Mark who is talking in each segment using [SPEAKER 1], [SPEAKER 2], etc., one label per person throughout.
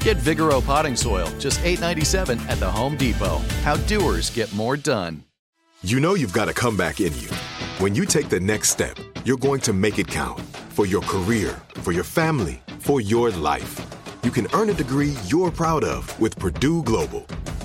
[SPEAKER 1] Get Vigoro potting soil, just $8.97 at the Home Depot. How doers get more done.
[SPEAKER 2] You know you've got a comeback in you. When you take the next step, you're going to make it count for your career, for your family, for your life. You can earn a degree you're proud of with Purdue Global.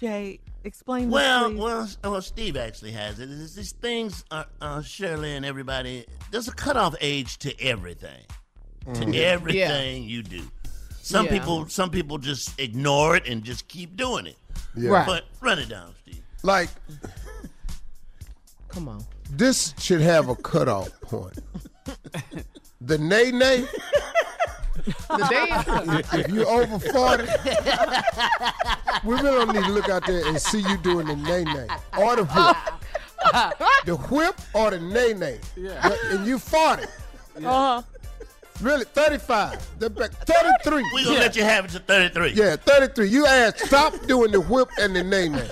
[SPEAKER 3] Jay, explain this,
[SPEAKER 4] Well,
[SPEAKER 3] please.
[SPEAKER 4] well, s- well, Steve actually has it. It's these things, uh, uh, Shirley and everybody, there's a cutoff age to everything, to everything you do. Some
[SPEAKER 5] Yeah.
[SPEAKER 4] people, some people just ignore it and just keep doing it.
[SPEAKER 6] Yeah.
[SPEAKER 5] Right.
[SPEAKER 4] But run it down, Steve.
[SPEAKER 6] Like
[SPEAKER 3] Come on.
[SPEAKER 6] this should have a cutoff point. The nay nay,
[SPEAKER 5] The
[SPEAKER 6] if you over 40, women don't need to look out there and see you doing the nay nay or the whip. The whip or the nay nay. And you 40.
[SPEAKER 3] Uh-huh.
[SPEAKER 6] Really, 35. The back- 33.
[SPEAKER 4] We're gonna let you have it to 33.
[SPEAKER 6] Yeah, 33. You asked, stop doing the whip and the nay nay.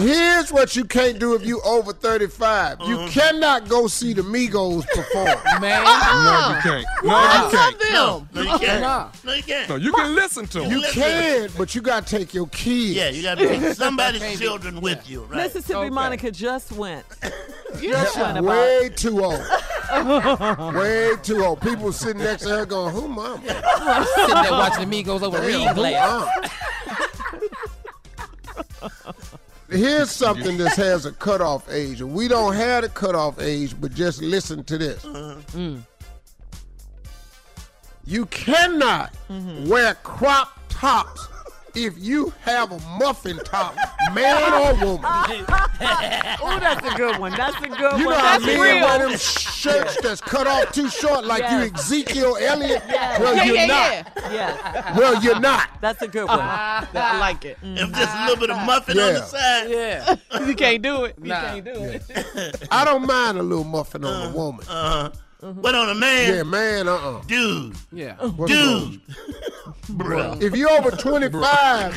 [SPEAKER 6] Here's what you can't do if you over 35. You
[SPEAKER 4] Mm-hmm.
[SPEAKER 6] cannot go see the Migos perform.
[SPEAKER 5] day, man.
[SPEAKER 7] No, you can't. No, you can't.
[SPEAKER 4] No, no, you can't.
[SPEAKER 5] Nah.
[SPEAKER 4] No, you can't.
[SPEAKER 7] No, you can listen to
[SPEAKER 6] You
[SPEAKER 7] him.
[SPEAKER 4] Listen.
[SPEAKER 6] can, but you got to take your kids.
[SPEAKER 4] Yeah, you gotta take somebody's children with you, right?
[SPEAKER 3] Mississippi
[SPEAKER 5] Okay.
[SPEAKER 3] Monica just went.
[SPEAKER 6] That's
[SPEAKER 3] Just went about.
[SPEAKER 6] way too old. way too old. People sitting next to her going, who mama?
[SPEAKER 5] Sitting there watching the Migos over
[SPEAKER 6] Damn,
[SPEAKER 5] reed
[SPEAKER 6] who
[SPEAKER 5] glass.
[SPEAKER 6] aunt? Here's something that has a cutoff age. We don't have a cutoff age, but just listen to this. You cannot wear crop tops if you have a muffin top, man or woman.
[SPEAKER 3] Oh, that's a good one. That's a good
[SPEAKER 6] You know
[SPEAKER 3] one.
[SPEAKER 6] how
[SPEAKER 3] That's
[SPEAKER 6] men
[SPEAKER 3] real.
[SPEAKER 6] wear them shirts that's cut off too short, like you
[SPEAKER 3] Yes.
[SPEAKER 6] Ezekiel Elliott? Well,
[SPEAKER 5] Yeah,
[SPEAKER 6] you're
[SPEAKER 5] yeah,
[SPEAKER 6] not.
[SPEAKER 5] yeah.
[SPEAKER 3] Yes,
[SPEAKER 6] Well, you're not.
[SPEAKER 3] that's a good one.
[SPEAKER 5] I like it.
[SPEAKER 4] If just a little bit of muffin on the
[SPEAKER 6] Yeah.
[SPEAKER 4] side,
[SPEAKER 5] Yeah.
[SPEAKER 3] You can't do it. You
[SPEAKER 5] Nah.
[SPEAKER 3] can't do it.
[SPEAKER 6] I don't mind a little muffin on a woman.
[SPEAKER 4] but on a man,
[SPEAKER 6] Yeah, man, uh-uh.
[SPEAKER 4] dude,
[SPEAKER 5] Yeah.
[SPEAKER 6] What's wrong?
[SPEAKER 4] dude, bro.
[SPEAKER 6] If you're over 25,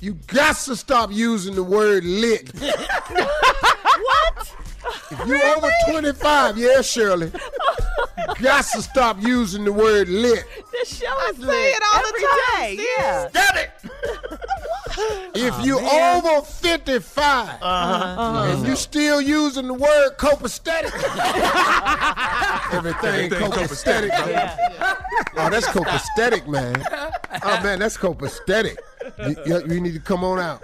[SPEAKER 6] you got to stop using the word lit. what? If you're over 25, yeah, Shirley, you got to stop using the word lit.
[SPEAKER 3] This show is lit
[SPEAKER 5] it all the
[SPEAKER 3] every
[SPEAKER 5] time,
[SPEAKER 3] day.
[SPEAKER 5] sis.
[SPEAKER 3] Yeah.
[SPEAKER 4] Stop it!
[SPEAKER 6] If you
[SPEAKER 3] man.
[SPEAKER 6] over 55 and you still using the word copacetic, everything,
[SPEAKER 7] Everything
[SPEAKER 6] copacetic.
[SPEAKER 7] copacetic,
[SPEAKER 6] man. Oh, that's copacetic, man. Oh man, that's copacetic. You, you, you need to come on out.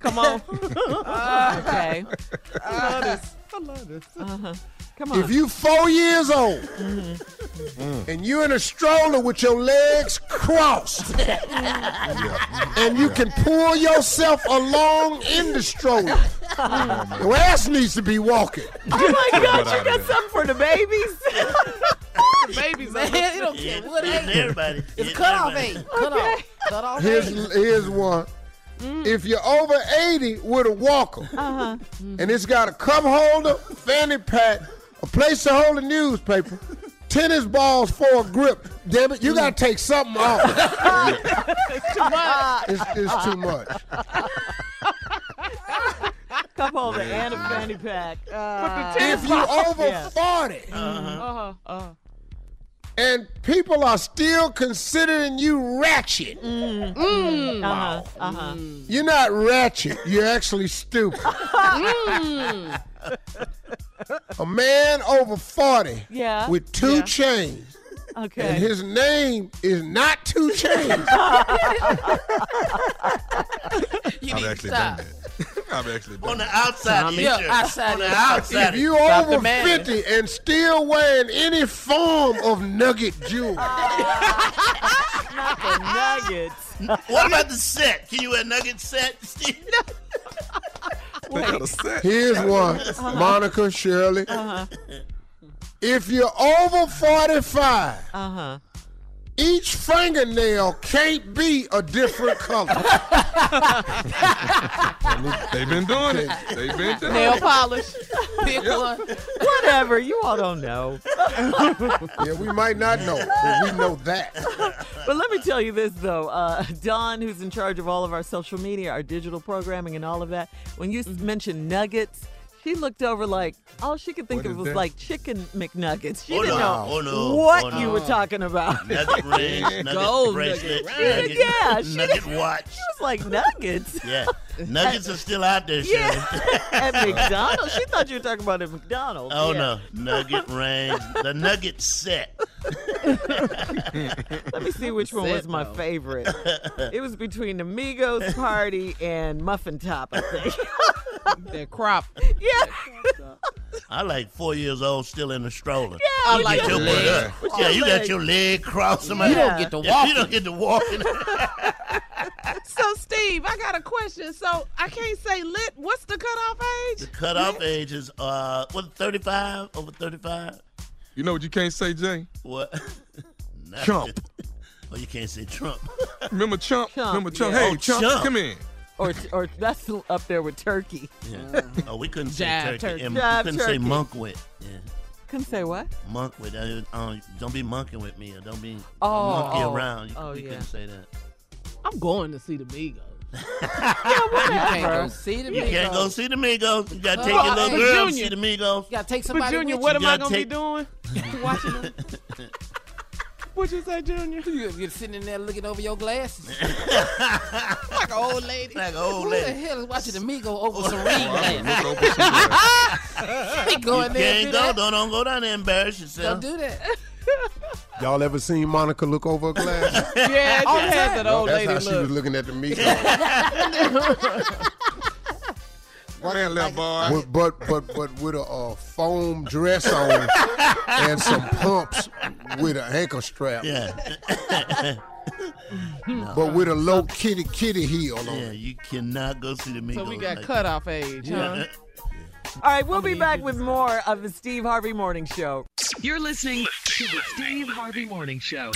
[SPEAKER 3] Come on. okay. Come on. Mm-hmm.
[SPEAKER 6] If you four years old Mm. and you in a stroller with your legs crossed and you can pull yourself along in the stroller, your ass needs to be walking.
[SPEAKER 3] oh my
[SPEAKER 7] Get out
[SPEAKER 3] God, you
[SPEAKER 7] of
[SPEAKER 3] got
[SPEAKER 7] there.
[SPEAKER 3] something for the babies?
[SPEAKER 5] Babies, man. You don't care what
[SPEAKER 4] It's
[SPEAKER 5] age.
[SPEAKER 4] everybody.
[SPEAKER 5] It's
[SPEAKER 4] It's
[SPEAKER 5] cutoff
[SPEAKER 4] everybody.
[SPEAKER 5] age. Cutoff. Cutoff
[SPEAKER 6] Here's,
[SPEAKER 5] age.
[SPEAKER 6] here's one. If you're over 80 with a walker and it's got a cup holder, fanny pack, a place to hold a newspaper, tennis balls for a grip, damn it, you got to take something off. it's, it's too much.
[SPEAKER 3] Come on, the and a fanny pack. Uh,
[SPEAKER 6] if you over
[SPEAKER 3] Yeah.
[SPEAKER 6] 40
[SPEAKER 3] uh-huh, uh,
[SPEAKER 6] and people are still considering you ratchet,
[SPEAKER 3] uh-huh, uh-huh.
[SPEAKER 6] you're not ratchet, you're actually stupid. A man over 40
[SPEAKER 3] Yeah.
[SPEAKER 6] with two chains, and
[SPEAKER 3] Okay.
[SPEAKER 6] his name is not Two Chains.
[SPEAKER 5] You
[SPEAKER 7] I've
[SPEAKER 5] need to
[SPEAKER 7] actually
[SPEAKER 5] stop.
[SPEAKER 7] done that. I've actually
[SPEAKER 4] On
[SPEAKER 7] done
[SPEAKER 4] the
[SPEAKER 7] that.
[SPEAKER 4] outside,
[SPEAKER 5] Yeah,
[SPEAKER 4] it's your-
[SPEAKER 5] outside
[SPEAKER 4] On the
[SPEAKER 5] is-
[SPEAKER 4] outside.
[SPEAKER 6] if you
[SPEAKER 5] Stop the
[SPEAKER 6] over
[SPEAKER 5] man.
[SPEAKER 6] 50 and still wearing any form of nugget jewelry,
[SPEAKER 3] Nuggets.
[SPEAKER 4] what about the set? Can you wear nugget set? Steve?
[SPEAKER 7] They got a set.
[SPEAKER 6] Here's one,
[SPEAKER 3] Uh-huh.
[SPEAKER 6] Monica Shirley. If you're over 45,
[SPEAKER 3] Uh-huh.
[SPEAKER 6] each fingernail can't be a different color.
[SPEAKER 7] They've been doing it. They've been doing
[SPEAKER 5] Nail
[SPEAKER 7] it.
[SPEAKER 5] polish. Pick one.
[SPEAKER 3] Whatever. You all don't know.
[SPEAKER 6] yeah, we might not know, but we know that.
[SPEAKER 3] But let me tell you this though, uh, Don, who's in charge of all of our social media, our digital programming, and all of that, when you s
[SPEAKER 5] Mm-hmm.
[SPEAKER 3] mentioned nuggets, she looked over like all she could think
[SPEAKER 7] What
[SPEAKER 3] of
[SPEAKER 7] is
[SPEAKER 3] was
[SPEAKER 7] that?
[SPEAKER 3] like chicken McNuggets. She
[SPEAKER 4] Oh,
[SPEAKER 3] didn't
[SPEAKER 4] no.
[SPEAKER 3] know
[SPEAKER 4] Oh, no.
[SPEAKER 3] what
[SPEAKER 4] Oh,
[SPEAKER 3] you
[SPEAKER 4] no.
[SPEAKER 3] were talking about. She
[SPEAKER 4] Nugget ring, nugget
[SPEAKER 5] Gold
[SPEAKER 4] bracelet,
[SPEAKER 5] nugget
[SPEAKER 3] ring.
[SPEAKER 4] nugget,
[SPEAKER 3] Yeah, she-
[SPEAKER 4] nugget watch.
[SPEAKER 3] was like nuggets
[SPEAKER 4] Yeah, nuggets are still out there, Shirley.
[SPEAKER 3] at McDonald's. She thought you were talking about at McDonald's.
[SPEAKER 4] Oh
[SPEAKER 3] Yeah.
[SPEAKER 4] no, nugget ring, the nugget set.
[SPEAKER 3] Let me see which one was my
[SPEAKER 5] though.
[SPEAKER 3] favorite. It was between the Migos party and Muffin Top, I think.
[SPEAKER 5] That crop.
[SPEAKER 3] yeah.
[SPEAKER 4] I like four years old still in the stroller.
[SPEAKER 5] I
[SPEAKER 4] you
[SPEAKER 5] like
[SPEAKER 4] get your
[SPEAKER 5] the
[SPEAKER 4] butt
[SPEAKER 7] leg.
[SPEAKER 4] up. Yeah, you got your leg crossed. Somebody
[SPEAKER 5] You don't get to
[SPEAKER 4] Yeah,
[SPEAKER 5] walk.
[SPEAKER 4] You don't get to walking.
[SPEAKER 8] So, Steve, I got a question. So, I can't say lit. What's the cutoff age?
[SPEAKER 4] Cutoff age is uh, what, 35 over 35?
[SPEAKER 7] You know what you can't say, Jay?
[SPEAKER 4] What? Nothing.
[SPEAKER 7] Chump.
[SPEAKER 4] Oh, you can't say Trump.
[SPEAKER 7] Remember Chump?
[SPEAKER 3] Chump,
[SPEAKER 7] Remember Chump?
[SPEAKER 3] yeah.
[SPEAKER 7] Hey,
[SPEAKER 4] Oh,
[SPEAKER 7] Chump,
[SPEAKER 4] Chump.
[SPEAKER 7] come in.
[SPEAKER 3] Or, or that's up there with turkey.
[SPEAKER 4] oh, we couldn't say
[SPEAKER 5] Jive
[SPEAKER 4] turkey.
[SPEAKER 5] turkey.
[SPEAKER 4] And
[SPEAKER 3] Jive
[SPEAKER 4] couldn't
[SPEAKER 3] turkey.
[SPEAKER 4] say monk with. Yeah.
[SPEAKER 3] Can say what?
[SPEAKER 4] Monk with. Uh, uh, don't be monking with me or don't be
[SPEAKER 3] Oh,
[SPEAKER 4] monkey
[SPEAKER 3] oh,
[SPEAKER 4] around. You,
[SPEAKER 3] oh,
[SPEAKER 4] we
[SPEAKER 3] yeah.
[SPEAKER 4] couldn't say that.
[SPEAKER 8] I'm going to see the Migos.
[SPEAKER 5] You can't go see the
[SPEAKER 4] You can't go
[SPEAKER 5] Migos.
[SPEAKER 4] see the Migos. You gotta take
[SPEAKER 8] Oh,
[SPEAKER 4] your little
[SPEAKER 8] uh,
[SPEAKER 4] girl to
[SPEAKER 8] Junior.
[SPEAKER 4] see the Migos.
[SPEAKER 5] You gotta take
[SPEAKER 8] But,
[SPEAKER 5] somebody
[SPEAKER 8] Junior,
[SPEAKER 5] with
[SPEAKER 8] what
[SPEAKER 4] you
[SPEAKER 8] am I
[SPEAKER 4] gotta
[SPEAKER 8] going to
[SPEAKER 4] take-
[SPEAKER 8] be doing? Watching them? What you say, Junior?
[SPEAKER 5] you. You- You're sitting in there looking over your glasses. like an old lady.
[SPEAKER 4] Like oh, an old
[SPEAKER 5] Who the
[SPEAKER 4] lady.
[SPEAKER 5] hell is watching the Migo over some ring glasses?
[SPEAKER 7] Look over some glass.
[SPEAKER 5] He
[SPEAKER 4] You
[SPEAKER 5] go in there
[SPEAKER 4] can't
[SPEAKER 5] and do
[SPEAKER 4] go.
[SPEAKER 5] that.
[SPEAKER 4] Don't, don't go down there and embarrass
[SPEAKER 5] Don't
[SPEAKER 4] yourself.
[SPEAKER 5] do that.
[SPEAKER 6] Y'all ever seen Monica look over a glass?
[SPEAKER 8] Yeah, I had that old
[SPEAKER 6] That's
[SPEAKER 8] Oh, lady
[SPEAKER 6] how she
[SPEAKER 8] look.
[SPEAKER 6] was looking at the meat.
[SPEAKER 7] Come here, little boy.
[SPEAKER 6] With, but but but with a uh, foam dress on and some pumps with an ankle strap,
[SPEAKER 4] Yeah,
[SPEAKER 6] but with a low kitty kitty heel on.
[SPEAKER 4] yeah. You cannot go see the Migos.
[SPEAKER 8] So, we got
[SPEAKER 4] like
[SPEAKER 8] cutoff age, huh?
[SPEAKER 3] All right, we'll be back with more of the Steve Harvey Morning Show.
[SPEAKER 9] You're listening to the Steve Harvey Morning Show.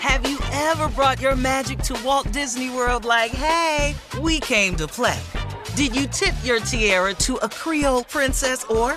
[SPEAKER 9] Have you ever brought your magic to Walt Disney World like, hey, we came to play? Did you tip your tiara to a Creole princess or